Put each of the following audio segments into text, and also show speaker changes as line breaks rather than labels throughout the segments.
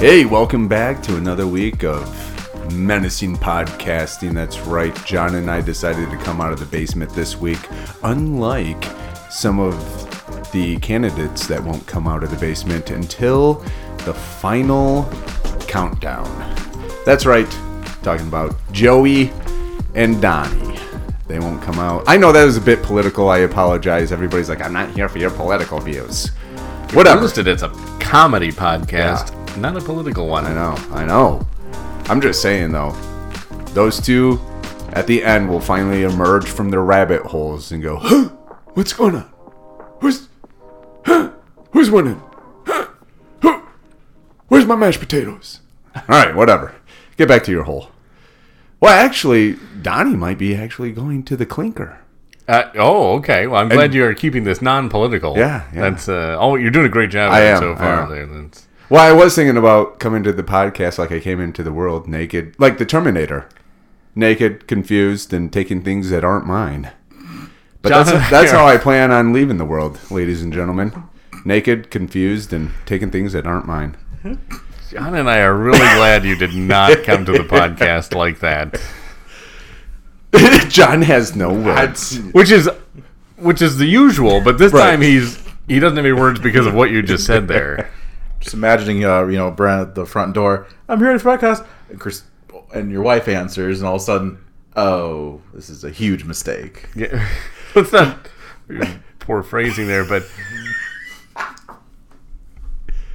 Hey, welcome back to another week of menacing podcasting. That's right. John and I decided to come out of the basement this week, unlike some of the candidates that won't come out of the basement until the final countdown. That's right. Talking about Joey and Donnie. They won't come out. I know that was a bit political. I apologize. Everybody's like, I'm not here for your political views.
I
Whatever.
listed it's a comedy podcast, not a political one.
I know, I know. I'm just saying though, those two at the end will finally emerge from their rabbit holes and go, huh, "What's going on? Who's, huh, who's winning? Huh, who, where's my mashed potatoes?" All right, whatever. Get back to your hole. Well, actually, Donnie might be actually going to the clinker.
Uh, oh, okay. Well, I'm glad you are keeping this non-political.
Yeah, yeah.
That's uh, oh, you're doing a great job
I
at it
am,
so
I
far.
am.
There, that's,
Well, I was thinking about coming to the podcast like I came into the world naked, like the Terminator, naked, confused, and taking things that aren't mine. But
John
that's,
and I
that's
are-
how I plan on leaving the world, ladies and gentlemen. Naked, confused, and taking things that aren't mine.
John and I are really glad you did not come to the podcast like that,
John has no words.
which is which is the usual. But this
Right.
time he's he doesn't have any words because of what you just said there.
Just imagining, uh, you know, Brent at the front door. I'm here to podcast, and Chris, and your wife answers, and all of a sudden, oh, this is a huge mistake.
Yeah. That's not poor phrasing there, but.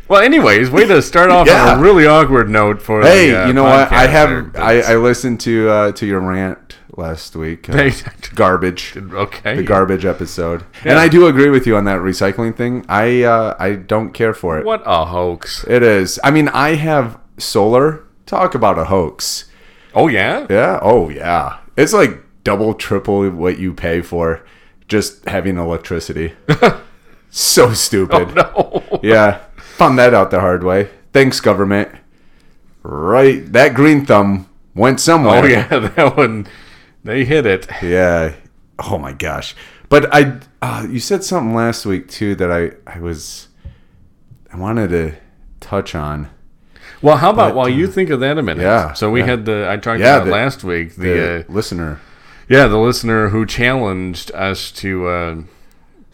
Well, anyways, way to start off on
Yeah.
a really awkward note for.
Hey,
the, uh,
you know what? I
podcast
have
there.
I, I listened to uh, to your rant last week. Uh, garbage.
okay.
the garbage episode. And I do agree with you on that recycling thing. I uh, I don't care for it.
What a hoax!
It is. I mean, I have solar. Talk about a hoax.
Oh yeah,
Yeah. Oh yeah. It's like double, triple what you pay for just having electricity. so stupid.
Oh, no.
Yeah. Found that out the hard way. Thanks, government. Right. That green thumb went somewhere.
Oh yeah, that one. They hit it.
Yeah. Oh my gosh. But I, uh, you said something last week too that I, I was, I wanted to touch on.
Well, how about while you think of that a minute?
uh, yeah,
So we
yeah.
had the I talked
Yeah,
about
the-
last week the,
The
uh,
listener.
yeah the listener who challenged us to uh,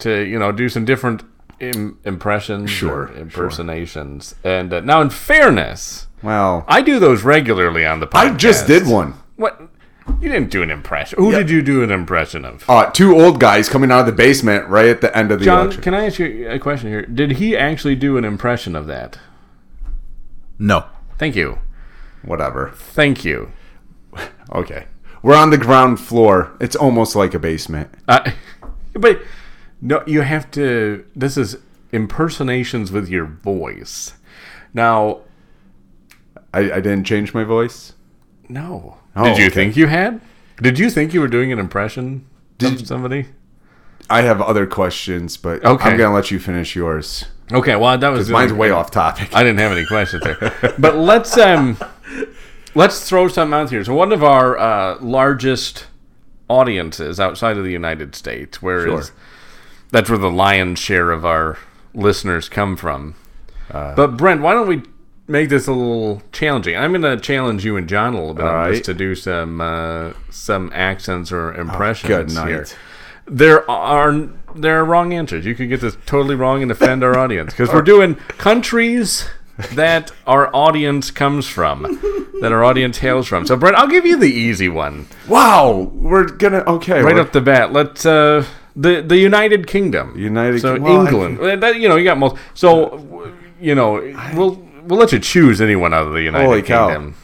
to you know do some different Im- impressions or
Sure, sure.
impersonations and uh, now in fairness
Well,
i do those regularly on the podcast
I just did one.
what you didn't do an impression who did you do an impression of
Uh, two old guys coming out of the basement right at the end of the
john
election.
can i ask you a question here did he actually do an impression of that
No,
thank you
Whatever.
thank you
Okay. We're on the ground floor. It's almost like a basement.
uh, but no you have to this is impersonations with your voice now
I, I didn't change my voice.
No.
Oh,
Did you
okay.
think you had? Did you think you were doing an impression of somebody?
I have other questions, but
Okay.
I'm gonna let you finish yours.
Okay, well that was
Mine's way off topic.
I didn't have any questions there. but let's um let's throw some out here. So one of our uh, largest audiences outside of the United States, where is-
Sure.
that's where the lion's share of our listeners come from.
Uh,
but Brent, why don't we make this a little challenging? I'm going to challenge you and John a little bit on
All
this
right.
to do some uh, some accents or impressions
Good night.
here there are there are wrong answers. You could get this totally wrong and offend our audience because we're
Oh.
doing countries that our audience comes from, that our audience hails from. So, Brett, I'll give you the easy one
Wow. We're gonna okay.
right
we're-
off the bat. Let's uh, the the United Kingdom,
United
so
King- well, I
England. That, you know, you got most. So, w- you know, we'll we'll let you choose anyone out of the United
Holy cow.
Kingdom.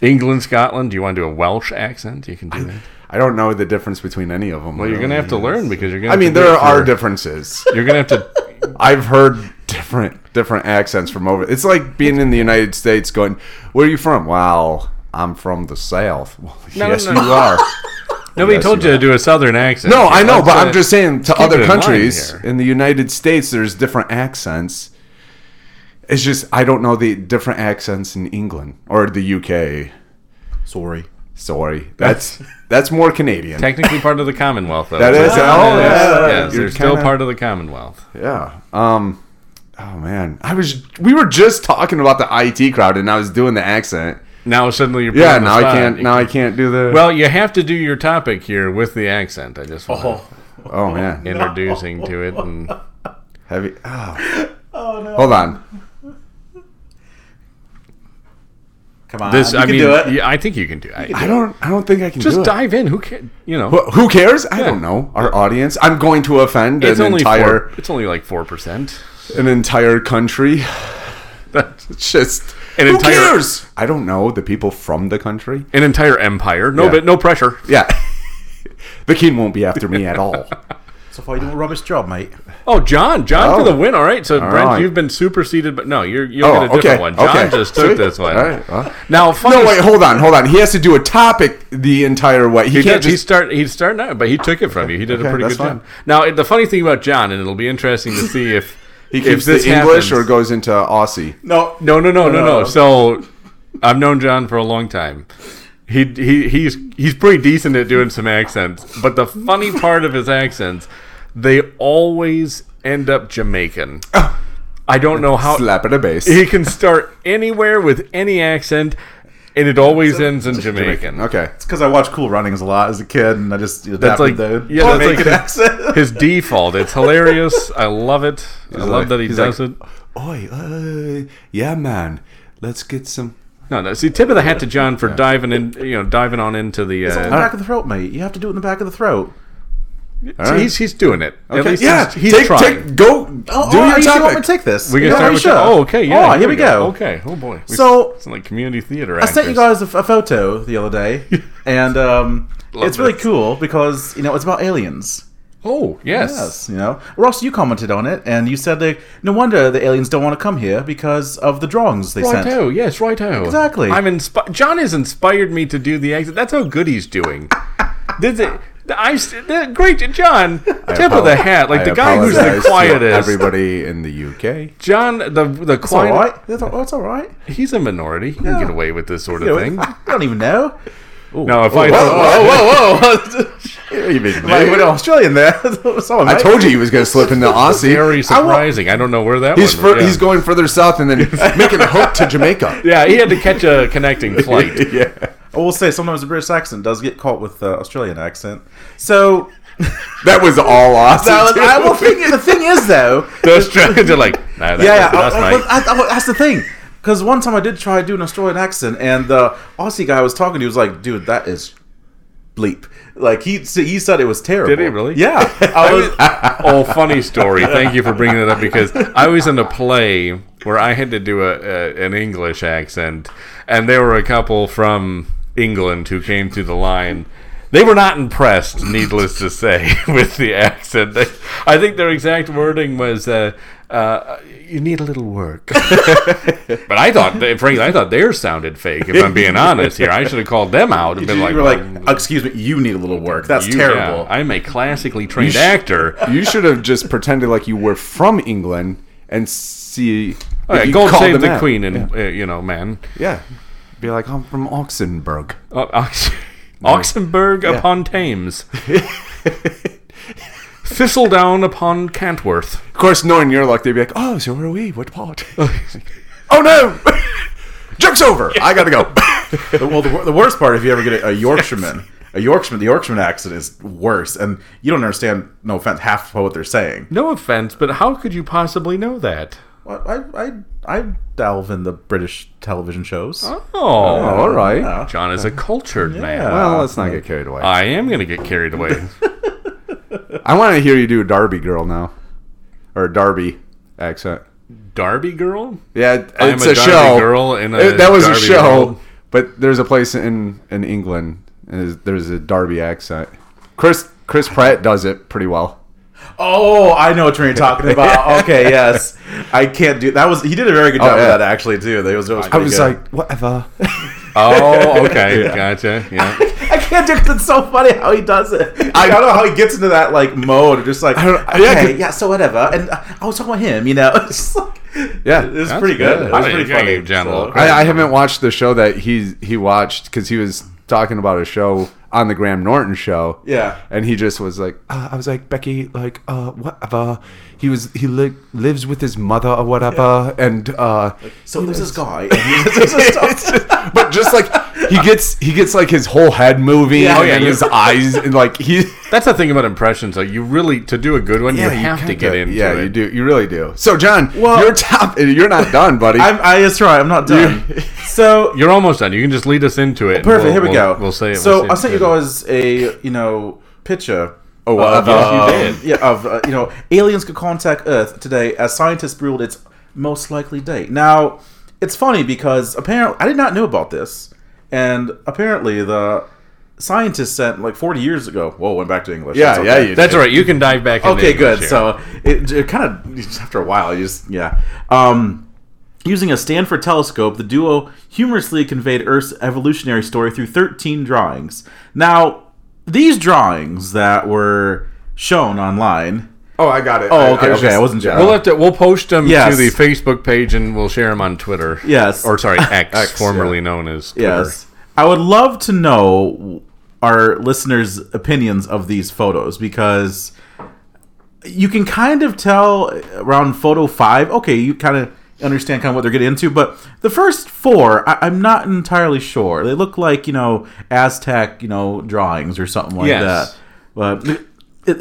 England, Scotland. Do you want to do a Welsh accent? You can do that.
I don't know the difference between any of them.
Well, you're gonna have to learn because you're gonna.
I
have to
mean,
do
there
it
are
for-
differences.
You're gonna have to
I've heard different different accents from over. It's like being in the United States, going, "Where are you from?" Wow, I'm from the South. Well,
No,
yes,
no, no.
you are.
Nobody
Yes,
told you
you
to do a southern accent.
No, I know,
Let's,
but
uh,
I'm just saying to
keep it
other
in line
countries
here.
in the United States, there's different accents. It's just I don't know the different accents in England or the UK.
sorry.
Sorry, that's that's more Canadian.
technically part of the Commonwealth. Though.
That is.
Yes,
Oh, yeah.
yes,
You're
they're still
kinda-
part of the Commonwealth.
Yeah. Um Oh man, I was. We were just talking about the IT crowd, and I was doing the accent.
Now suddenly you're put
Yeah,
on the
now I
spot.
can't. Now I can't do the.
Well, you have to do your topic here with the accent. I just want
Oh,
oh man,
to introducing to it, and
heavy. Oh.
oh no.
Hold on.
Come on.
this
you
I
can
mean,
do it.
yeah, I think you can do. it. I,
I don't. I don't think I can
just
do it.
dive in. Who can you know?
Wh- Who cares? I don't know our audience. I'm going to offend
it's
an
only
entire
four, it's only like four percent.
an entire country.
An
It's just
An
who
entire-
cares? I don't know the people from the country.
entire empire. No,
Yeah.
but no pressure.
Yeah, the king won't be after me at all.
So far, you doing a rubbish job, mate.
Oh, John, John
Oh.
for the win. All right, so Brent,
right.
you've been superseded, but no, you're you'll
Oh,
get a different
okay.
one. John
okay.
just took
Sweet.
this one.
All right. well.
Now, funny,
No, wait, hold on, hold on. He has to do a topic the entire way. He,
He
can't
did, he
just.
start he started out, but he took it from you. He did a
Okay,
pretty
that's
good
fine.
job. Now it- the funny thing about John, and it'll be interesting to see if
He
if
keeps the
this
English
happens.
or Oh. goes into Aussie.
No,
no no no no no.
No.
So I've known John for a long time. He, he he's he's pretty decent at doing some accents, but the funny part of his accents, they always end up Jamaican. I don't know how
Slap at a base.
he can start anywhere with any accent, and it always ends in Jamaican.
Okay.
it's because I watched Cool Runnings a lot as a kid, and I just you know,
That's
adapted
like-
the
yeah, that's
Jamaican
like-
accent.
His default. It's hilarious. I love it. I love
like-
that he
he's like-
does it.
Oi, uh, yeah, man. Let's get some.
No, no. See, tip of the hat to John for diving in. You know, diving on into the.
It's in the
Uh,
back of the throat, mate. You have to do it in the back of the throat.
so he's he's doing it. At least
yeah,
he's, he's
take,
trying.
take, go do
oh,
your
you want
topic.
me to take this?
we can
Yeah,
start
you
with
should.
Oh, okay. Yeah.
Oh, here, we go.
Okay. Oh boy. We-
So-
it's like community theater.
I sent you
actors.
guys a, a photo the other day, and um,
Love
it's really
this.
cool because you know it's about aliens.
Oh yes.
Yes, you know. Ross, you commented on it, and you said that no wonder the aliens don't want to come here because of the drawings they sent.
Righto, yes, righto.
Exactly.
I'm inspi- John has inspired me to do the exit. That's how good he's doing. Did it? I s- the- great, John. Tip of the hat, like
I
the guy who's the
apologize to
quietest.
Everybody in the UK.
John, the the
It's all
quiet.
right. That's all, that's all right.
He's a minority. He can
Yeah.
get away with this sort of
You know,
thing.
I don't even know.
No, if I
whoa, whoa, whoa!
Like, with an Australian there. Someone,
I
mate.
told you he was going to slip into Aussie.
very
I wa-
surprising. I, don't know where that
He's
one.
fur-
yeah.
he's going further south and then making a hook to Jamaica.
yeah, he had to catch a connecting flight.
yeah,
I will say sometimes the British accent does get caught with the Australian accent. So
that was all Aussie.
that was,
too.
I, well, thing, the thing is though,
The Australians are like, nah, that,
yeah, yeah,
that's
I- I-
mine.
well, I- I- well, that's the thing. Because one time I did try doing an Australian accent, and the Aussie guy I was talking to was like, "Dude, that is bleep." Like he he said it was terrible.
Did he really?
Yeah, I was.
oh, funny story. Thank you for bringing that up because I was in a play where I had to do a, a an English accent, and there were a couple from England who came through the line. They were not impressed, needless to say, with the accent. They, I think their exact wording was, uh, uh, "You need a little work." but I thought, they- frankly, I thought theirs sounded fake. If I'm being honest here, I should have called them out and been
you
like,
were like, "Excuse me, you need a little work. That's
"You- yeah,
terrible."
I'm a classically trained actor.
You should have just pretended like you were from England and see.
Oh,
if
yeah,
you
gold
called
save
them
the
out.
queen, and uh, you know, man,
Yeah. Be like, I'm from Oxenburg.
uh, Ox- Oxenburg upon Thames, Thistledown upon Cantworth.
Of course, knowing your luck, they'd be like, oh, so are we. What part? oh, no! Joke's over! I gotta go.
The- well, the, wor- the worst part if you ever get a, a Yorkshireman, a Yorkshireman, the Yorkshireman accent is worse, and you don't understand. No offense, half of what they're saying.
No offense, but how could you possibly know that?
Well, I I I delve in the British television shows.
Oh,
all right.
Yeah.
John is a cultured man.
Well, let's not get carried away.
I am gonna get carried away.
I want to hear you do Derby Girl now. Or Derby accent.
Darby girl.
Yeah, it-
I'm
it's
a
a,
Derby
show.
girl in a
It- that was a
Derby
show,
world.
but there's a place in in England and there's- there's a Derby accent. Chris Chris Pratt does it pretty well.
Oh, I know what you're talking about. Okay, yes, I can't do that. Was he did a very good job
yeah.
with that actually too? That was, that Oh, was
I
pretty
was
good.
like, whatever.
Oh, okay, gotcha. Yeah.
I can't do it. It's so funny how he does it. I don't know how he gets into that like mode of just like,
I don't-
okay,
yeah,
yeah,
'cause-
so whatever. And uh, I was talking about him, you know. It's just like,
Yeah,
it was
that's
pretty good.
good.
It was
I
pretty
think I
funny.
gave Jan a little
So-
credit.
I, I haven't watched the show that he he watched because he was talking about a show on the Graham Norton show.
Yeah.
and he just was like, uh, I was like Becky, like uh, whatever. He was he li- lives with his mother or whatever, and uh,
So there's this guy. And he does this stuff.
but just like he gets he gets like his whole head moving
Yeah.
and then his eyes and like he.
That's the thing about impressions. Like you really to do a good one, you have to
kinda-
get into
yeah,
it.
you do. You really do. So, John,
Well-
your top. You're not done, buddy.
I'm, I that's right. I'm not done. so
You're almost done. You can just lead us into it. and
perfect.
we'll-
here we
we'll-
go.
We'll say it.
So
we'll
I
say
sent
it.
you guys a you know picture.
Oh, wow.
of,
Yes, you
did.
Yeah, of uh, you know aliens could contact Earth today as scientists ruled its most likely date. Now it's funny because apparently I did not know about this, and apparently the scientists sent like 40 years ago. Whoa, went back to English.
yeah,
That's
yeah.
okay.
You
That's
did.
all right. Ah, You can dive back. into
Okay,
English
good.
here.
So it, it kind of after a while, you just yeah. Um, using a Stanford telescope, the duo humorously conveyed Earth's evolutionary story through 13 drawings. Now, these drawings that were shown online.
Oh, I got it.
Oh, okay, okay, I wasn't sure.
we'll have to. We'll post them to
Yes.
the Facebook page and we'll share them on Twitter.
Yes.
Or sorry, X,
X,
formerly
yeah.
known as Twitter.
Yes. I would love to know our listeners' opinions of these photos because you can kind of tell around photo five, okay, you kind of understand kind of what they're getting into, but the first four, I- I'm not entirely sure. They look like, you know, Aztec, you know, drawings or something like
Yes.
that. But it,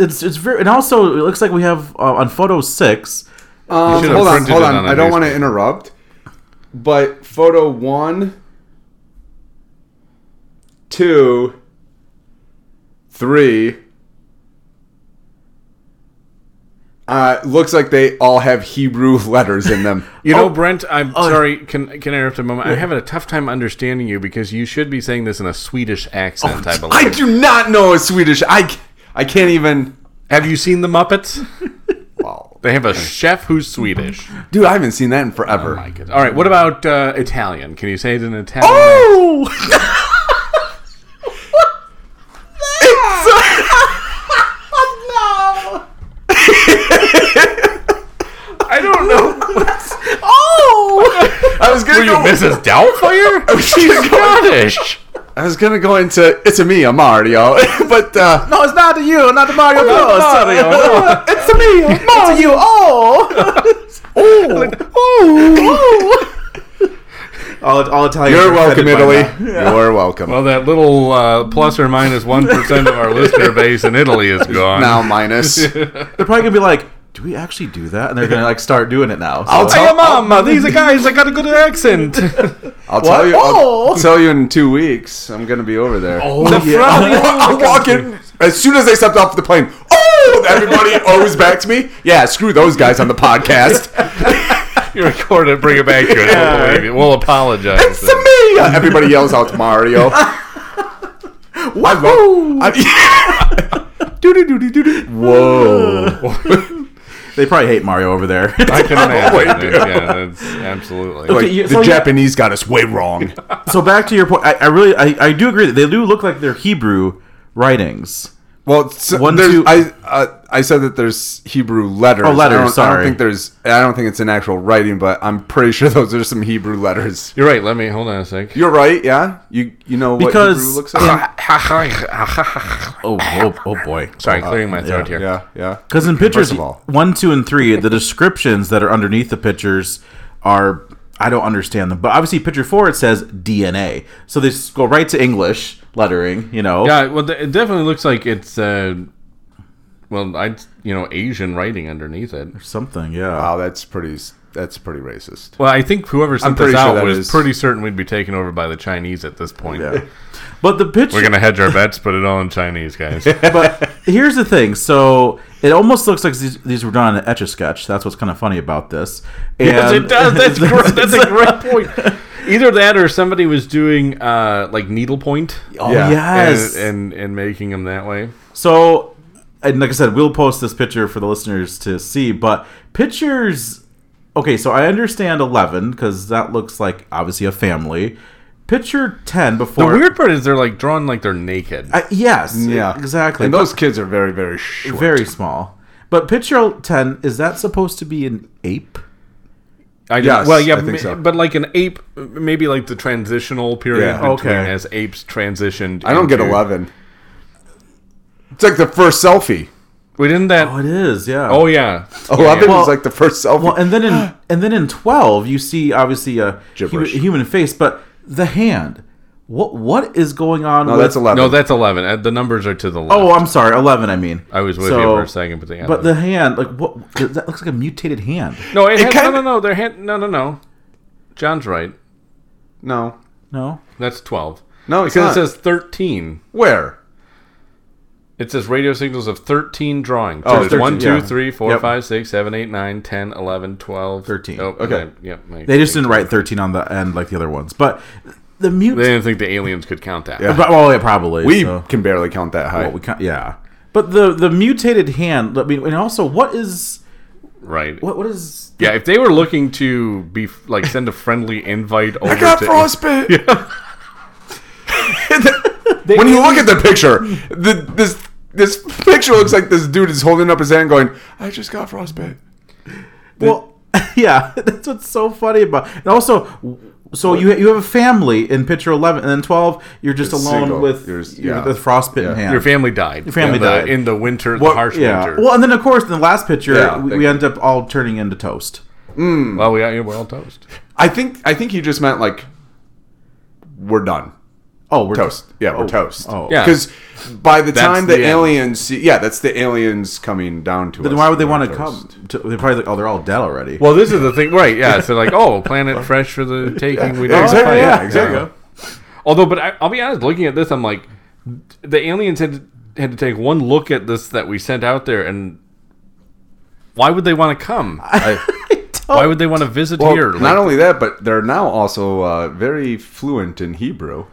it's, it's very, and also it looks like we have uh, on photo six,
Um,
should have
hold on,
printed
hold
it
on.
on a
I don't want to interrupt, but photo one, two, three. Uh, looks like they all have Hebrew letters in them.
You know, Brent, I'm sorry. Can can I interrupt a moment? I'm having a tough time understanding you because you should be saying this in a Swedish accent. Oh, I believe.
I do not know a Swedish. I, c- I can't even.
Have you seen the Muppets?
Wow,
They have a chef who's Swedish.
dude, I haven't seen that in forever.
Oh My goodness. All right. What about uh, Italian? Can you say it in Italian?
Oh!
I don't know.
oh! I was gonna
Were you
go.
Mrs. Doubtfire? She's Scottish.
I was gonna go into it's a me, a Mario, but uh,
No, it's not to you, not to Mario Bros.
Oh, Mario.
it's to me, It's to you. Oh, oh, oh. All, all Italian.
You're welcome, Italy.
Yeah.
You're welcome.
Well, that little uh, plus or minus one percent of our listener base in Italy is gone.
now minus.
They're probably gonna be like, "Do we actually do that?" And they're gonna like start doing it now. So.
I'll tell-
Hey, mom, these are guys that got a good accent.
I'll tell you. I'll
Oh.
tell you in two weeks. I'm gonna be over there.
Oh, yeah.
I'm walking as soon as they stepped off the plane. Oh, everybody always backs me. Yeah, screw those guys on the podcast.
you record it, bring it back to us. We'll, believe you. We'll apologize.
It's a me. Uh, Everybody yells out Mario. I love. do Whoa.
They probably hate Mario over there.
I can
Wait,
imagine.
dude.
yeah, that's absolutely.
Okay,
Like,
you-
the
so you-
Japanese got us way wrong.
so back to your point, I, I really, I, I do agree that they do look like they're Hebrew writings.
Well, so
One,
there's,
two-
I uh, I said that there's Hebrew letters.
Oh,
I
letters,
don't, I
sorry.
don't think there's. I don't think it's an actual writing, but I'm pretty sure those are some Hebrew letters.
You're right. Let me hold on a sec.
You're right. Yeah. You you know what
Because-
Hebrew looks like.
Oh, oh, oh boy.
Sorry, clearing my throat
yeah,
here.
Uh, yeah. Yeah.
Because in pictures
of all.
one, two, and three, the descriptions that are underneath the pictures are I don't understand them. But obviously, picture four it says DNA, so they just go right to English lettering. You know,
Yeah, well, th- it definitely looks like it's, uh, well, I you know, Asian writing underneath it.
something. Yeah.
Wow, that's pretty. s- That's pretty racist.
Well, I think whoever sent
pretty
this
sure
out
that
was
is-
pretty certain we'd be taken over by the Chinese at this point.
Yeah.
But the picture.
We're gonna hedge our bets, put it all in Chinese, guys.
but here's the thing. So it almost looks like these, these were done on Etch a Sketch. That's what's kind of funny about this.
Yes,
And-
it does. That's great. That's a great point. Either that, or somebody was doing uh, like needlepoint.
Oh,
Yeah.
yes.
and, and and making them that way.
So, and like I said, we'll post this picture for the listeners to see. But pictures, okay. So I understand eleven because that looks like obviously a family. Picture ten
The
before.
weird part is they're like drawn like they're naked.
I- yes.
Yeah.
Exactly.
And those kids are very very
But
short.
very small. But picture ten is that supposed to be an ape?
I didn't-
yes,
well, yeah,
I think
ma-
so.
but like an ape, maybe like the transitional period
Yeah.
between
Okay.
as apes transitioned.
I don't get
into-
eleven. It's like the first selfie.
We didn't that.
Oh, it is. Yeah.
Oh yeah.
A lot of it
Well-
was like the first selfie.
Well, and then in and then in twelve, you see obviously a human,
Gibberish.
human face, but the hand. What what is going on?
no,
with,
that's eleven.
No, that's eleven. Uh, The numbers are to the left.
Oh, I'm sorry, eleven. I mean,
I was with
So-
you for a second, but, yeah,
But the hand, like what? That looks like a mutated hand.
no, it,
it
had,
kinda-
no, no, no. Their hand. No, no, no. John's right.
no,
No.
That's twelve.
no, it's
Because
not.
it says thirteen.
where?
It says radio signals of 13 drawings.
Oh,
Oh, there's
13,
1,
yeah.
2, 3, 4,
Yep.
5, 6, 7, 8, 9, 10, 11, 12.
13.
Oh,
Okay.
okay. Yep.
They just didn't write 13 on the end like the other ones. But the
They
mute.
didn't think the aliens could count that.
Yeah.
But, well, yeah, probably.
We
so.
can barely count that high.
Well, we can't, yeah. But the the mutated hand. I mean, and also, what is
Right.
what what is?
Yeah, if they were looking to be like send a friendly invite over
I got
to
frostbite. when you look at the picture, the, this this picture looks like this dude is holding up his hand, going, "I just got frostbite."
Well, yeah, that's what's so funny about. And also, so you you have a family in picture 11, and then 12, you're just
It's
alone
single.
with
You're
your
just- yeah.
the frostbitten
Yeah.
hand.
your family died. Your
family
in the,
died.
in the winter, the
Well,
harsh
yeah.
winter.
Well, and then of course, in the last picture,
Yeah,
we,
they-
we end up all turning into toast.
well, we, are- we're all toast.
I think I think he just meant like, "We're done."
Oh, we're
toast. Yeah, we're
oh,
toast.
Oh,
Yeah.
Because by the time the,
the end.
aliens, see, yeah, that's the aliens coming down to us.
Then why would they want to
Toast.
come? To, they're probably like, oh, they're all dead already.
Well, this is the thing, right? Yeah, so like, oh, planet fresh for the taking. We
Yeah,
don't
exactly.
fight.
Yeah,
Oh, yeah.
exactly.
There you
Although, but I, I'll be honest. Looking at this, I'm like, the aliens had to, had to take one look at this that we sent out there, and why would they want to come? why would they want to visit
Well,
here?
not
Like,
only that, but they're now also uh, very fluent in Hebrew.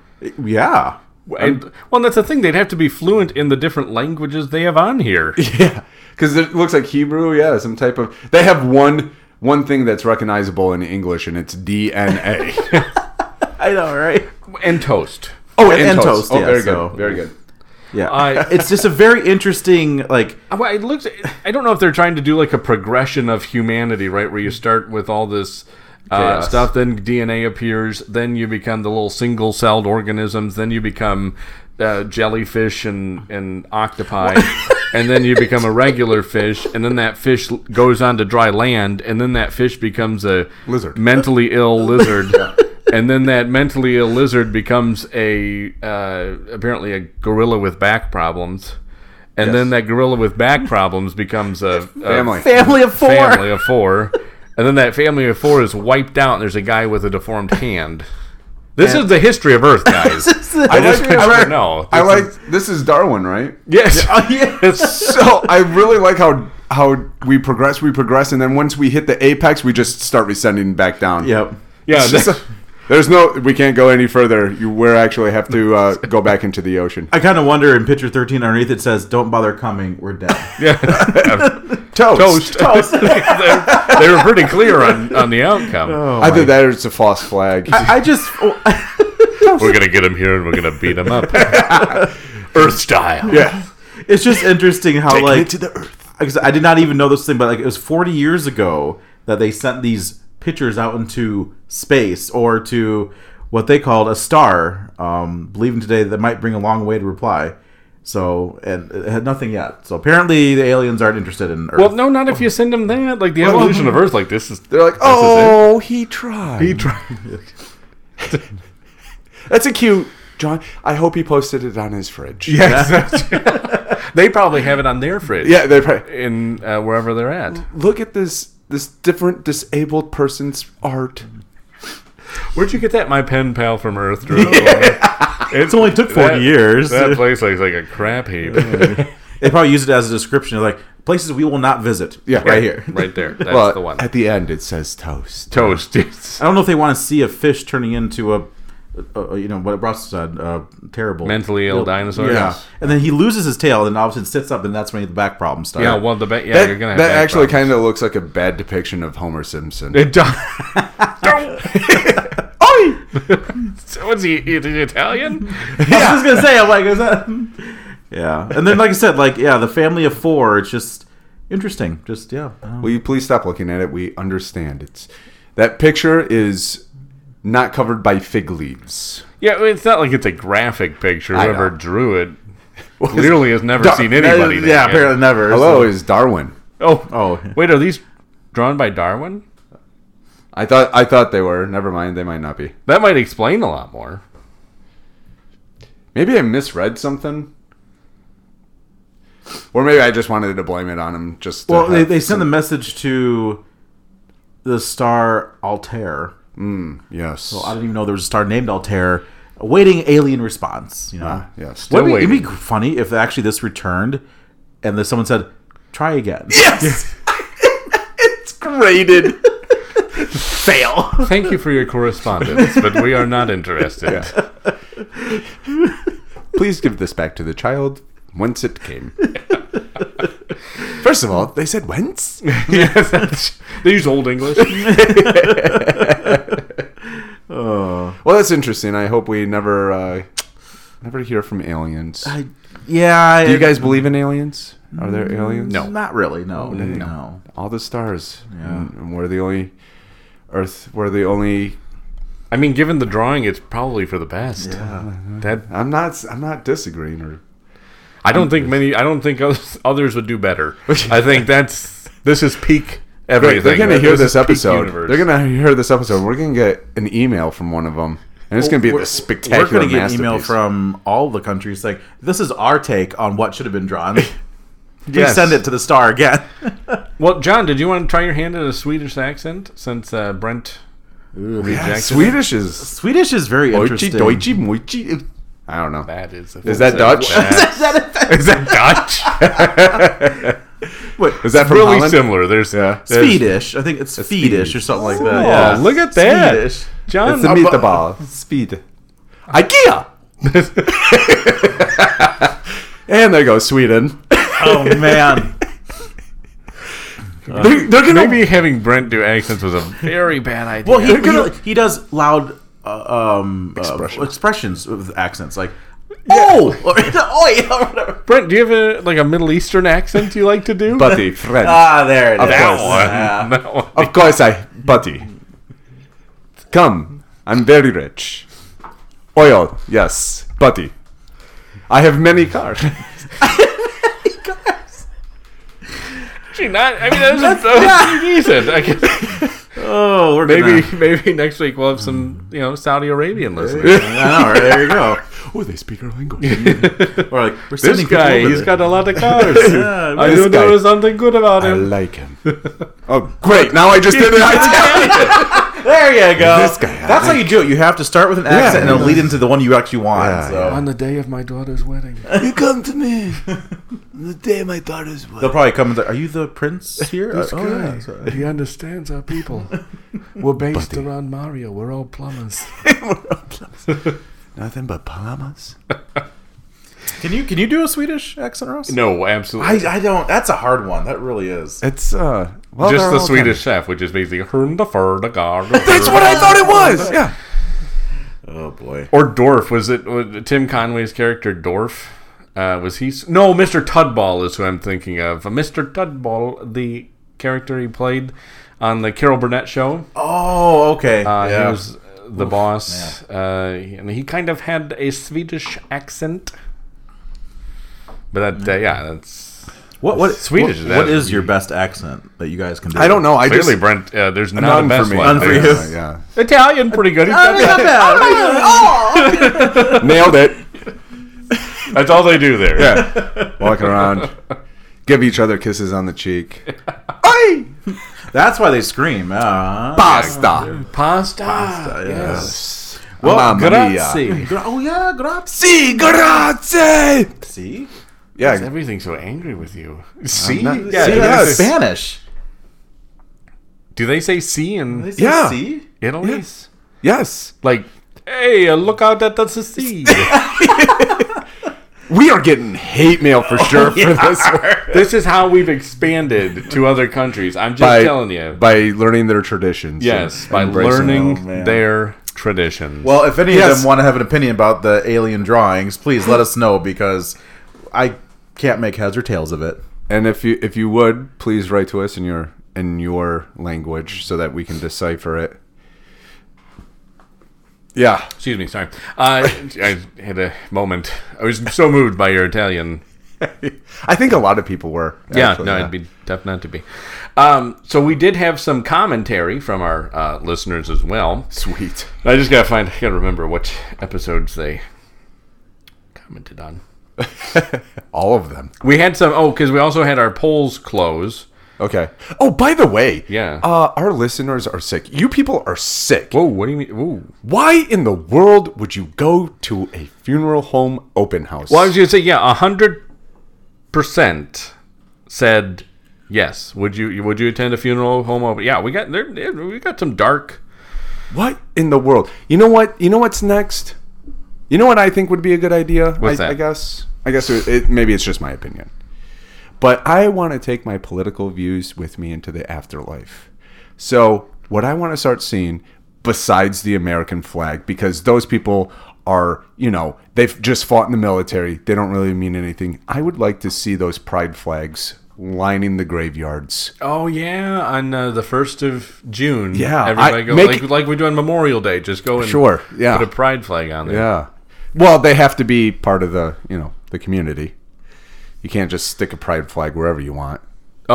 yeah.
and, well, that's the thing. They'd have to be fluent in the different languages they have on here.
Yeah, because it looks like Hebrew. Yeah, some type of. They have one one thing that's recognizable in English, and it's DNA.
I know, right?
and toast.
oh,
And- and toast,
Oh,
yeah,
very
so-
good. Very good.
Yeah.
I-
it's just a very interesting, like,
Uh, Well, it looks. I don't know if they're trying to do like a progression of humanity, right? Where you start with all this uh,
Chaos.
stuff, then DNA appears, then you become the little single-celled organisms, then you become uh, jellyfish and and octopi, and then you become a regular fish, and then that fish l- goes on to dry land, and then that fish becomes a
Lizard.
mentally ill lizard. And then that mentally ill lizard becomes a uh, apparently a gorilla with back problems, and then that gorilla with back problems becomes a, a
Family.
family of four.
family of four, and then that family of four is wiped out, and there's a guy with a deformed hand. This is the history of Earth, guys. I just
like-
want you
I like-
to know.
I like this is Darwin, right?
yes.
So I really like how how we progress, we progress, and then once we hit the apex, we just start descending back down.
Yep.
yeah.
It's just
that-
a- there's no, we can't go any further. You, we actually have to uh, go back into the ocean.
I kind of wonder in picture 13 underneath it says, don't bother coming, we're dead.
yeah. Oh,
Toast.
Toast. they they were pretty clear on, on the outcome.
Either that or it's a false flag.
I just, oh,
We're gonna get him here, and we're gonna beat him up, Earth style.
yeah.
it's just interesting how, like,
the earth.
because I did not even know this thing, but like, it was 40 years ago that they sent these pictures out into space or to what they called a star, um, believing today that might bring a long way to reply. So, and it had nothing yet. So apparently the aliens aren't interested in Earth.
Well, no, not if you send him that. Like the evolution of Earth, like this is
They're like, oh, he tried.
he tried.
That's a cute. John, I hope he posted it on his fridge. Yeah, "Oh."
They probably have it on their fridge.
yeah. They probably,
in uh, wherever they're at.
look at this this different disabled person's art.
Where'd you get that? My pen pal from Earth, Drew.
It's only took 40
That-
years.
That place looks like a crap heap.
They probably use it as a description of like places we will not visit.
Yeah.
right here.
right there. That's
Well,
the one.
at the end it says toast.
Toast. It's
I don't know if they want to see a fish turning into a, a, a- you know what Ross said, uh, terrible
mentally ill dinosaurs.
Yeah, and then he loses his tail, and then all of a sudden sits up, and that's when the back problems start.
Yeah, well, the ba- yeah,
That,
you're gonna have
that actually kind of looks like a bad depiction of Homer Simpson.
It does. Was he, is he Italian?
I was just gonna say, I'm like, is that? yeah, and then like I said, like yeah, the family of four. It's just interesting. Just yeah, I don't know.
Will you please stop looking at it? We understand it's that picture is not covered by fig leaves.
Yeah, it's not like it's a graphic picture.
I know.
Whoever drew it. Clearly has never seen
Dar-
anybody.
Yeah,
there yet.
apparently never.
Hello
so-
is Darwin.
Oh,
Oh.
Wait, are these drawn by Darwin?
I thought I thought they were. Never mind, they might not be.
That might explain a lot more.
Maybe I misread something. Or maybe I just wanted to blame it on him. Just to
Well, they,
have
they sent the
some-
message to the star Altair.
yes.
I didn't even know there was a star named Altair. Awaiting alien response. You know,
Ah, yes.
Wouldn't
Still
it be- it'd be funny if actually this returned, and then someone said, "Try again."
Yes. it's graded.
fail.
Thank you for your correspondence, but we are not interested.
Please give this back to the child whence it came. First of all, they said whence?
Yes, that's- they use Old English.
Well, that's interesting. I hope we never uh, never hear from aliens.
I, yeah.
Do you guys believe in aliens? Are there aliens?
No.
Not really. No. No.
All the stars. And, and we're the only Earth. We're the only.
I mean, given the drawing, it's probably for the best. That
I'm not. I'm not disagreeing. Or
I don't think many. I don't think others, others would do better. I think that's this is peak everything.
they're gonna
That-
hear
is
this
peak
episode.
universe.
They're gonna hear this episode. We're gonna get an email from one of them, and it's gonna be
We're-
this spectacular.
We're gonna get
masterpiece.
email from all the countries like this is our take on what should have been drawn. Please
Yes.
send it to the star again.
Well, John, did you want to try your hand at a Swedish accent since uh, Brent rejected it?
Swedish is
Swedish is very
Deutsche,
interesting.
Deutsche, Moichi. I don't know.
That is.
Is that Dutch?
That-
Is that
Is that Dutch?
Wait,
Is that from
really
Holland?
similar. There's
Yeah.
there's-
Swedish? I think it's Swedish or something like that.
Oh,
Yeah.
look at that.
Swedish.
John.
It's the
uh,
meatball. Speed. IKEA. and there goes Sweden.
Oh man.
they're, they're gonna
Maybe having Brent do accents was a very bad idea.
Well, he,
They're gonna-
he, he does loud uh, um, uh,
Expressions.
expressions with accents like oh or, oh yeah or whatever.
Brent, do you have a like a Middle Eastern accent you like to do?
buddy friend.
Ah, there it is.
that
course.
one.
Yeah.
That one.
Uh, of course, I buddy. Come, I'm very rich. Oil, yes, buddy. I have many cars.
Actually, not. I mean, that was, that was pretty decent. I guess.
Oh, we're
Maybe
Gonna,
maybe next week we'll have some you know Saudi Arabian listeners.
I know, right? there you go.
oh, they speak our language.
Or like we're
This
sending people
guy,
over
he's
there.
got a lot of cars.
Yeah,
I
This
do
guy.
know something good about
I
him.
like him. Oh, great! Now I just did it. I
there you go.
This guy,
That's how you do it. You have to start with an accent and it'll lead into the one you actually want.
Yeah,
so.
yeah.
the day of my daughter's wedding.
you come to me. The day my daughter's
They'll probably come and say, "Are you the prince here?"
This
Oh,
guy,
yeah, so-
he understands our people. We're based around Mario. We're all plumbers.
Nothing but palamas.
Can you can you do a Swedish accent, Ross?
No, absolutely.
I, I don't. That's a hard one. That really is.
It's uh, well,
Just
they're
the
all
Swedish chef, which is basically Hörndafördagar.
That's what I thought it was. Yeah.
Oh boy.
Or Dorf was it? Was Tim Conway's character Dorf? Uh, was he? s- No, Mr. Tudball is who I'm thinking of. Mr. Tudball, the character he played on the Carol Burnett show.
Oh, okay.
Uh,
Yeah.
He was the boss, uh, and he kind of had a Swedish accent. But that, uh, yeah, that's
What what
Swedish,
What,
that
what
is-
is your best accent that you guys can do?
I don't know. I
clearly
just
Brent. Uh, there's not a
none
best
for me.
one.
None for
there.
you.
Yeah, yeah.
Italian, pretty good. He's got that.
Nailed it.
That's all they do there.
Yeah. Walking around, give each other kisses on the cheek. Oi!
That's why they scream. Uh,
Pasta.
Pasta.
yes.
Well,
Grazie.
Gra- oh yeah, grazie.
Si, grazie.
See,
Is
Yeah.
everything so angry with you? See?
not-
yeah,
see,
do they-
yes.
Spanish.
Do they say see in
Yeah.
See?
Italy?
Yes. Yes.
Like, hey, uh, look out at the sea.
We are getting hate mail for sure for this one.
this is how we've expanded to other countries. I'm just
By,
telling you.
by learning their traditions.
yes,
and
by
embracing them.
learning
Oh, man.
their traditions.
Well, if any
Yes.
of them want to have an opinion about the alien drawings, please let us know because I can't make heads or tails of it.
And if you if you would, please write to us in your in your language so that we can decipher it. Yeah.
Excuse me, sorry. Uh, I had a moment. I was so moved by your Italian.
I think a lot of people were.
Yeah,
actually,
no, it'd be tough not to be. Um, so we did have some commentary from our uh, listeners as well.
sweet.
I just gotta find. I gotta remember which episodes they commented on.
All of them.
We had some. Oh, because we also had our polls close.
Okay. Oh, by the way,
Yeah.
uh, our listeners are sick. You people are sick.
Whoa, what do you mean? Whoa.
Why in the world would you go to a funeral home open house?
Well, I was gonna say yeah. hundred percent said yes. Would you would you attend a funeral home open? Yeah, we got there. there- We got some dark.
what in the world? You know what? You know what's next? You know what I think would be a good idea?
What's
I,
that?
I guess. I guess it, it, maybe it's just my opinion. But I want to take my political views with me into the afterlife. So, what I want to start seeing besides the American flag, because those people are, you know, they've just fought in the military, they don't really mean anything. I would like to see those pride flags lining the graveyards.
Oh yeah, on uh, the first of June.
Yeah,
everybody
I-
go
make-
like like we do on Memorial Day. Just go and
Sure, yeah.
put a pride flag on there.
Yeah. Well, they have to be part of the, you know, the community. You can't just stick a pride flag wherever you want.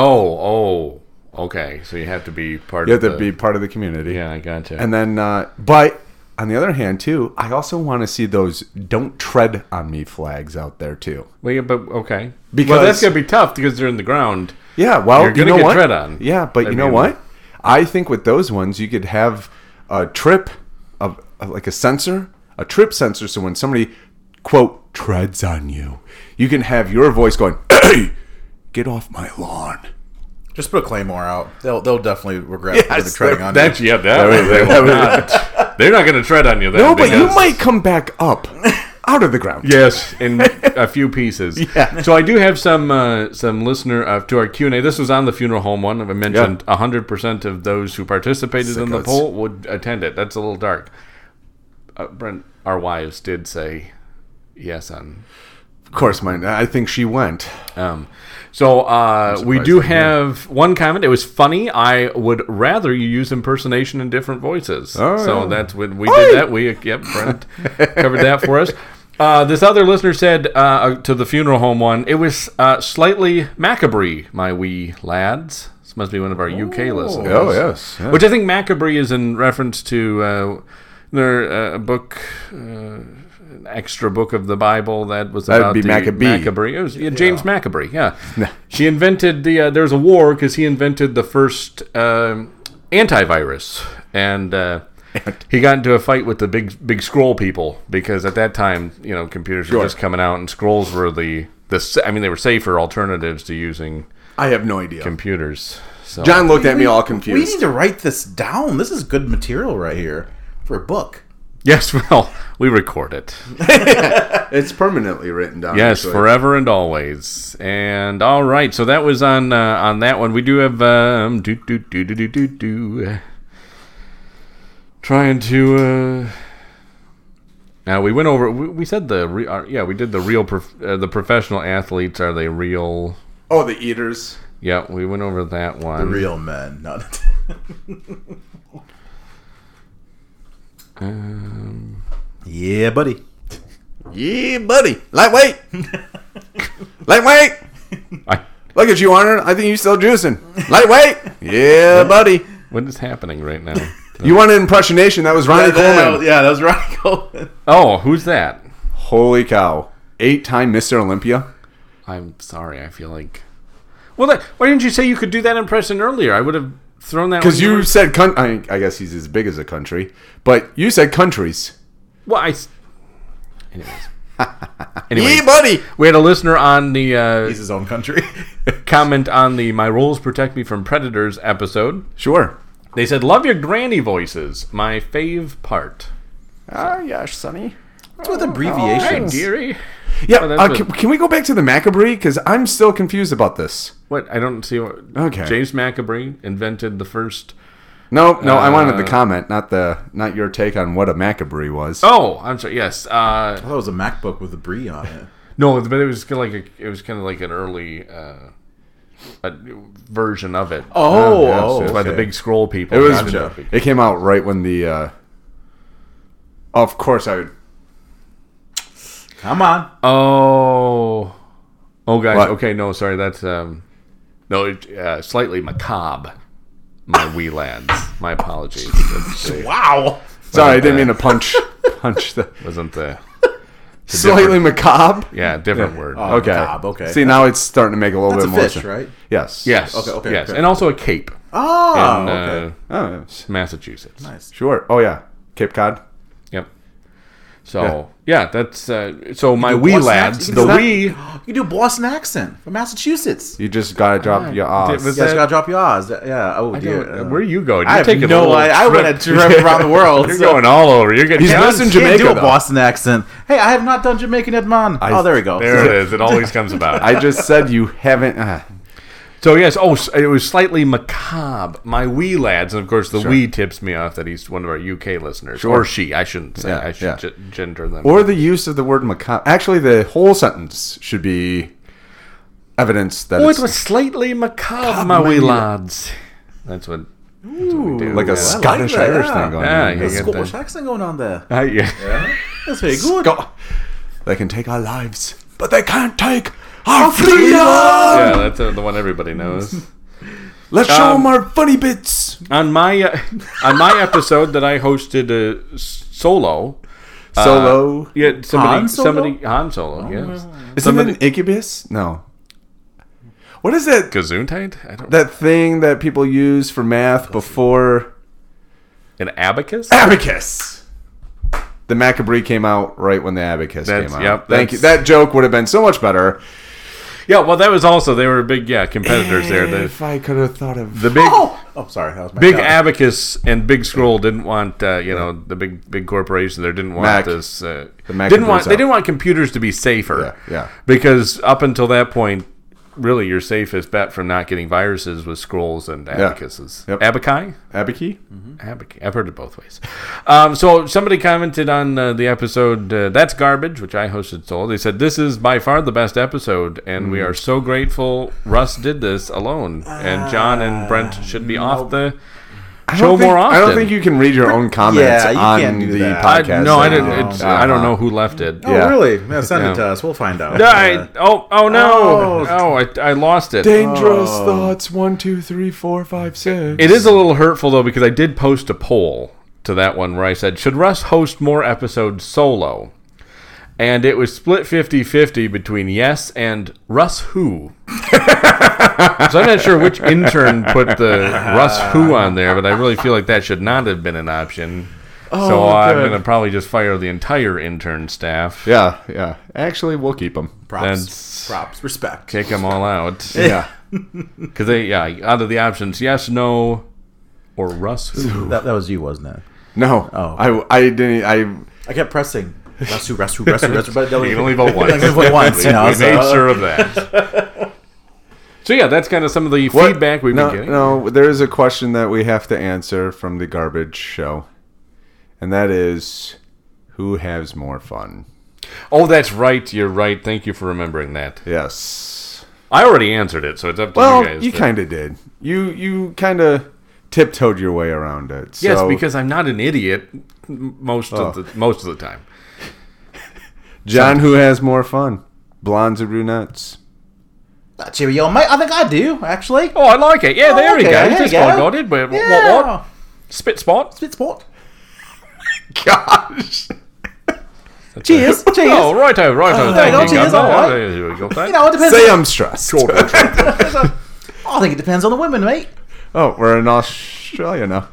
Oh oh okay. So you have to be part.
You
of
have to
the,
be part of the community.
Yeah, I gotcha.
And then, uh, but on the other hand, too, I also want to see those "Don't tread on me" flags out there too.
well, yeah, but okay.
Because-
well, that's gonna be tough because they're in the ground.
Yeah. Well,
You're
you
gonna
know
get
what?
tread on.
Yeah, but
I
you know
mean-
what? I think with those ones, you could have a trip of, of like a sensor, a trip sensor. So when somebody quote treads on you, you can have your voice going, "Hey, get off my lawn."
Just put Claymore out. They'll they'll definitely regret
Yes,
yes, treading on
That's
you.
yeah. That,
would-
they
that
will not. They're not gonna tread on you. That
No, Oh, but you
because-
might come back up out of the ground.
Yes, in a few pieces.
Yeah.
So I do have some uh, some listener uh, to our Q and A. This was on the funeral home one. I mentioned hundred percent of those who participated in the
Sickos.
poll would attend it. That's a little dark. Uh, Brent, our wives did say yes on.
Of course, mine. I think she went.
Um, so uh, we do have one comment. It was funny. I would rather you use impersonation in different voices.
Oh,
so
yeah.
that's when we did that. We uh, yep, Brent covered that for us. Uh, this other listener said uh, to the funeral home one, it was uh, slightly macabre, my wee lads. This must be one of our UK listeners.
Oh yes. yeah.
Which I think macabre is in reference to uh, their uh, book, uh, an extra book of the Bible that was
That'd
about
be
the
Maccabee.
Maccabee. It was yeah, James Maccabee. Yeah, he invented the. Uh, there was a war because he invented the first um antivirus, and uh, he got into a fight with the big big scroll people because at that time you know computers were just coming out and scrolls were the the. sa- I mean, they were safer alternatives to using
I have no idea.
computers. So.
John looked at me all
We need
confused.
to write this down. This is good material right here for a book.
Yes, well, we record it.
It's permanently written down.
Yes,
actually.
forever and always. And all right, so that was on uh, on that one. We do have um, do do do do do do do. Trying to. Uh, now we went over. We, we said the re, uh, yeah we did the real prof, uh, the professional athletes are they real?
Oh, the eaters.
Yeah, we went over that one.
Real men, not
Um,
Yeah, buddy.
Yeah, buddy. Lightweight. Lightweight.
I-
Look at you, Arnold. I think you still juicing. Lightweight. Yeah, buddy.
what is happening right now?
You want an impressionation? That was Ronnie Coleman.
yeah, that was Ronnie Coleman.
oh, who's that?
Holy cow! Eight-time Mr. Olympia.
I'm sorry. I feel like. Well, that, why didn't you say you could do that impression earlier? I would have thrown that
Because
when
you
were-
said, con- I, I guess he's as big as a country, but you said countries.
Well, I. s- Anyways. Anyways.
buddy.
We had a listener on the uh,
He's his own country.
comment on the "My Rules Protect Me from Predators" episode.
Sure.
They said, "Love your granny voices, my fave part."
Ah, yes, sonny.
What's with abbreviations?
dearie.
Yeah,
Oh, that's
uh,
what-
can, can we go back to the macabre? Because I'm still confused about this.
What I don't see. What,
Okay.
James McAbree invented the first.
No, no, I wanted the
Uh,
comment, not the, not your take on what a macabre was.
Oh, I'm sorry. Yes. Uh,
I thought it was a MacBook with a brie on it.
no, but it was kind of like a, it was kind of like an early. Uh, a version of it
Oh,
yes,
oh,
yes.
by the
okay.
big scroll people.
it was.
Gotcha.
It came out right when the uh, Of course I would.
Come on.
Uh, Oh, oh, guys.
What?
Okay, no, sorry. That's um, no, it, uh, slightly macabre. My wee lads. My apologies. That's- they
Wow.
Sorry, I didn't mean to punch punch the
wasn't the
slightly macabre.
yeah different word.
okay.
macabre, Oh, okay.
See, now it's starting to make a little
That's a
bit more
fish,
sense.
right?
Yes.
Yes.
Okay,
Okay.
okay,
yes,
okay.
and also a cape in
Oh, okay.
uh,
Oh, yes.
Massachusetts.
nice.
sure. Oh yeah, Cape Cod.
Yep. So yeah, that's uh, so my wee
Boston
lads.
accent-
The
you
wee.
can stop- You do Boston accent from Massachusetts.
You just gotta drop your
Did- was
ass.
You guys
that-
gotta drop your Oz. Yeah. Oh dear. Uh,
Where are you going? You're
I have
taking a
no.
little
I, I
trip.
went a trip around the world.
You're
so-
going all over. You're getting.
He's
Yeah,
not in
You can't
Jamaica,
do a
though.
Boston accent. Hey, I have not done Jamaican at man. oh, there we go.
There it is. It always comes about.
I just said you haven't. Uh,
So yes, oh, s- it was slightly macabre. My wee lads, and of course the wee tips me off that he's one of our UK listeners, or she. I shouldn't say.
Yeah,
I should
yeah.
ge- gender them.
or the use of the word macabre. Actually, the whole sentence should be evidence that
oh, it
it's
was slightly macabre, my wee lads. That's what. That's what we do.
like a
yeah.
Scottish
that,
Irish
yeah.
thing going
Yeah,
on.
you
That's-
get
Scottish
the-
accent going on there.
Uh, yeah.
That's very good.
Go- They can take our lives, but they can't take our freedom.
Yeah, that's uh, the one everybody knows.
Let's show
Um,
them our funny bits.
on my uh, on my episode that I hosted uh, s- solo,
uh, Solo.
yeah, somebody
Han Solo?
somebody Han Oh. Solo, yes,
Isn't it an incubus? No. What is that?
Gazuntide? I don't
That thing that people use for math before
an abacus.
abacus. The Macabre came out right when the abacus
That's-
came out.
yep,
Thank you.
that's-
That joke would have been so much better
Yeah, well, that was also they were big yeah competitors there. The,
if I could have thought of
the big
Oh, oh, sorry, that was my
big
bad.
abacus and big scroll didn't want uh, you know the big big corporation there didn't want
Mac.
this. Uh,
The Mac
didn't want
computer's
they
out.
didn't want computers to be safer.
Yeah, yeah.
Because up until that point. Really, your safest bet from not getting viruses was scrolls and abacuses.
Yep.
Abacai?
abacus.
Abac- I've heard it both ways. Um, so somebody commented on uh, the episode uh, "That's Garbage," which I hosted solo. They said this is by far the best episode, and
Mm.
we are so grateful. Russ did this alone, and John and Brent should be off the
I
show
don't think-
more
I
often.
don't think you can read your own comments
Yeah, you
on
can't do
the
that.
I,
podcast. uh,
no, I
now.
didn't. It's, I don't know who left it.
Oh,
yeah.
really? Yeah, send
Yeah.
it to us. We'll find out.
I, oh, oh no!
Oh.
Oh, I, I lost it.
Dangerous thoughts. One, two, three, four, five, six.
It is a little hurtful though because I did post a poll to that one where I said, "Should Russ host more episodes solo?" And it was split 50-50 between yes and Russ who. so I'm not sure which intern put the Russ who on there, but I really feel like that should not have been an option. so I'm
Oh, good.
going to probably just fire the entire intern staff.
Yeah, yeah. Actually, we'll keep them.
props,
That's-
props, respect.
Kick them all out.
Yeah.
Because they, yeah, out of the options, yes, no, or Russ who.
That, that was you, wasn't it?
No.
Oh.
I, I didn't. I
I kept pressing. Rasu, rasu, rasu, rasu. But that was-
You can only vote once.
I can vote once. You know,
we made
so-
sure of that. so yeah, that's kind of some of the
What-
feedback we've
no,
been getting.
No, there is a question that we have to answer from the garbage show, and that is, who has more fun?
Oh, that's right. You're right. Thank you for remembering that.
Yes.
I already answered it, so it's up to
Well,
you
you,
guys. but-
kind of did. You you kind of tiptoed your way around it.
yes,
So,
because I'm not an idiot m- most of
Oh.
the most of the time.
John, who has more fun, blondes or brunettes?
Uh, Cheerio, mate. I think I do, actually.
Oh, I like it. Yeah, there we
okay,
go.
there
Just
you go.
I got it. But what- what, what?
Yeah.
Spit spot.
Spit sport.
Gosh.
Cheers. Cheers.
Oh, right over, right over.
there you
Thank you. God.
go, cheers, all right.
Oh, there you go.
You know, it depends.
Say I'm stressed.
I think it depends on the women, mate.
Oh, we're in Australia now.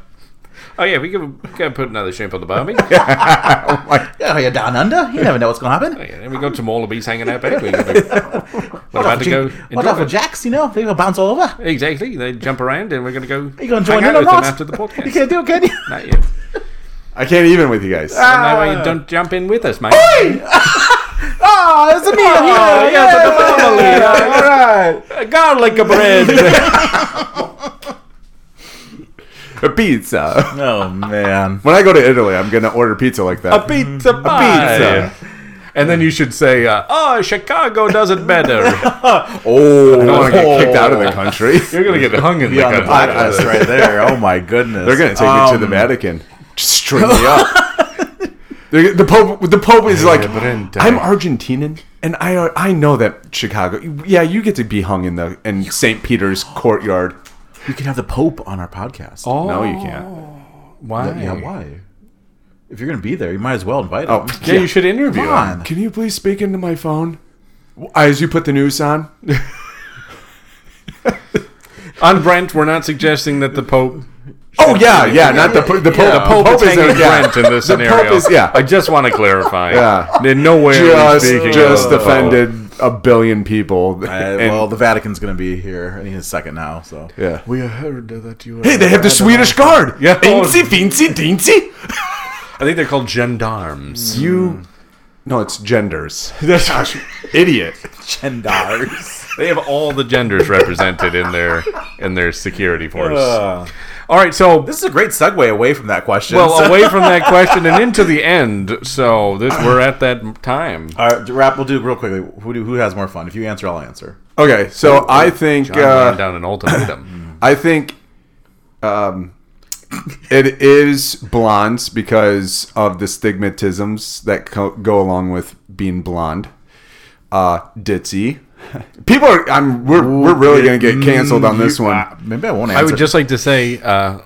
Oh yeah, we can, we can put another shape on the barbie.
Yeah, you're down under. You never know what's going to happen.
Yeah, then we got some wallabies hanging out back. We can do- We're about to go.
Watch
enjoy
out for
it.
jacks, you know. They're going to bounce all over.
Exactly. They jump around, and we're going to go.
You going to join
hang out
in or
with them
not?
after the
You
podcast?
can't do it, can you?
Not yet.
I can't even with you guys.
And that
Ah.
way you don't jump in with us, mate.
Oh, it's a meal
Oh,
here.
yes, the
Ah,
family.
All right.
Uh, Garlic bread.
A pizza.
Oh, man.
When I go to Italy, I'm gonna order pizza like that.
A pizza pie. And then you should say, uh, "Oh, Chicago does it better."
Oh, I don't want to get kicked out of the country.
Oh. You're gonna get hung in the,
Be on the
country.
podcast right there. Oh, my goodness.
They're gonna take me to the
Um,
Vatican. Just String me up. The, the Pope, the Pope is like,
Reverente.
uh,
I'm Argentinian, and I uh, I know that Chicago. Yeah, you get to be hung in the in St. Peter's courtyard.
You can have the Pope on our podcast.
Oh,
No, you can't.
Why?
yeah, why? If you're gonna be there, you might as well invite him.
Oh,
Yeah, you should interview
Come
him.
on.
Can you please speak into my phone as you put the news on?
On Brent, we're not suggesting that the Pope.
Oh yeah, yeah, not the po- the Pope.
the Pope, is hanging
yeah.
Brent in this
The
scenario.
Pope is yeah.
I just want to clarify.
Yeah.
In no way are we
just
speaking
just
of the Pope.
offended a billion people.
Uh,
And-
well, the Vatican's gonna be here any second now, so
yeah.
We heard that you.
Hey, they have the Swedish guard.
Yeah.
Incy, Fincy, Dincy.
I think they're called gendarmes.
You. No, it's genders.
Gosh,
Idiot.
Chendars.
they have all the genders represented in their in their security force. all right, so
this is a great segue away from that question.
uh,
well away from that question and into the end. So this we're at that time.
All right, rap. We'll do it real quickly. Who do, who has more fun? If you answer, I'll answer.
Okay, so I think
I'm laying
uh,
down an ultimatum.
I think um, it is blondes because of the stigmatisms that co- go along with being blonde. Uh, ditzy. People are. I'm. We're, we're really gonna get canceled on this
Mm, You-
one.
uh, maybe I won't answer.
I would just like to say uh,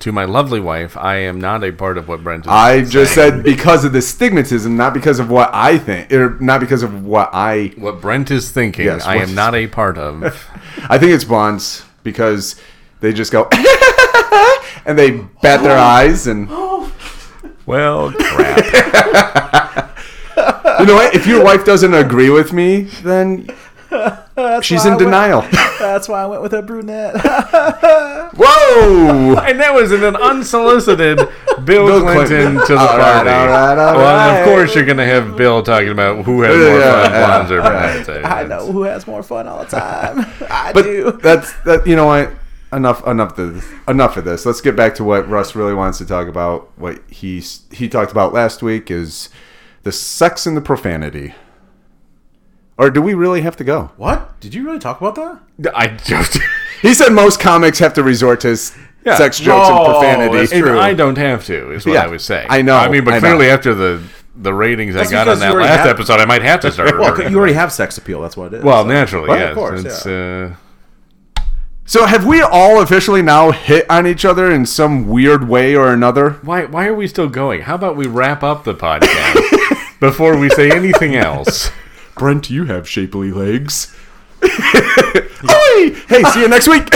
to my lovely wife, I am not a part of what Brent is.
I just
saying.
said because of the stigmatism, not because of what I think, or not because of what I.
what Brent is thinking.
Yes,
I
what-
am not a part of.
I think it's blondes because they just go and they bat their eyes and.
well, crap.
You know what? If your wife doesn't agree with me, then she's in denial.
That's why I went with a brunette.
Whoa!
And that was an unsolicited Bill,
Bill
Clinton,
Clinton.
to the
All right,
party.
all right, all
well, and
right.
of course you're going to have Bill talking about who has more
Yeah,
fun,
yeah,
blondes or
yeah.
brunettes.
who has more fun all the time. I
but that's that. You know what? Enough, enough of this. Enough of this. Let's get back to what Russ really wants to talk about. What he s- he talked about last week is the sex and the profanity. Or do we really have to go?
What did you really talk about that?
I just.
He said most comics have to resort to s-
Yeah.
sex jokes
No,
and profanity.
that's
And
True.
I don't have to, is what
Yeah.
I was saying.
I know,
I mean, but
I know.
clearly after the the ratings
That's
I got on
because
that
you already
last
have-
episode, I might have to start.
Well,
reverting
you already
to
have sex appeal. That's what it is.
it. Well,
So-
naturally,
Right,
yes.
Of course.
it's,
yeah.
uh,
So have we all officially now hit on each other in some weird way or another?
why why are we still going? How about we wrap up the podcast before we say anything else?
Brent, you have shapely legs. Oi! Hey, see you next week.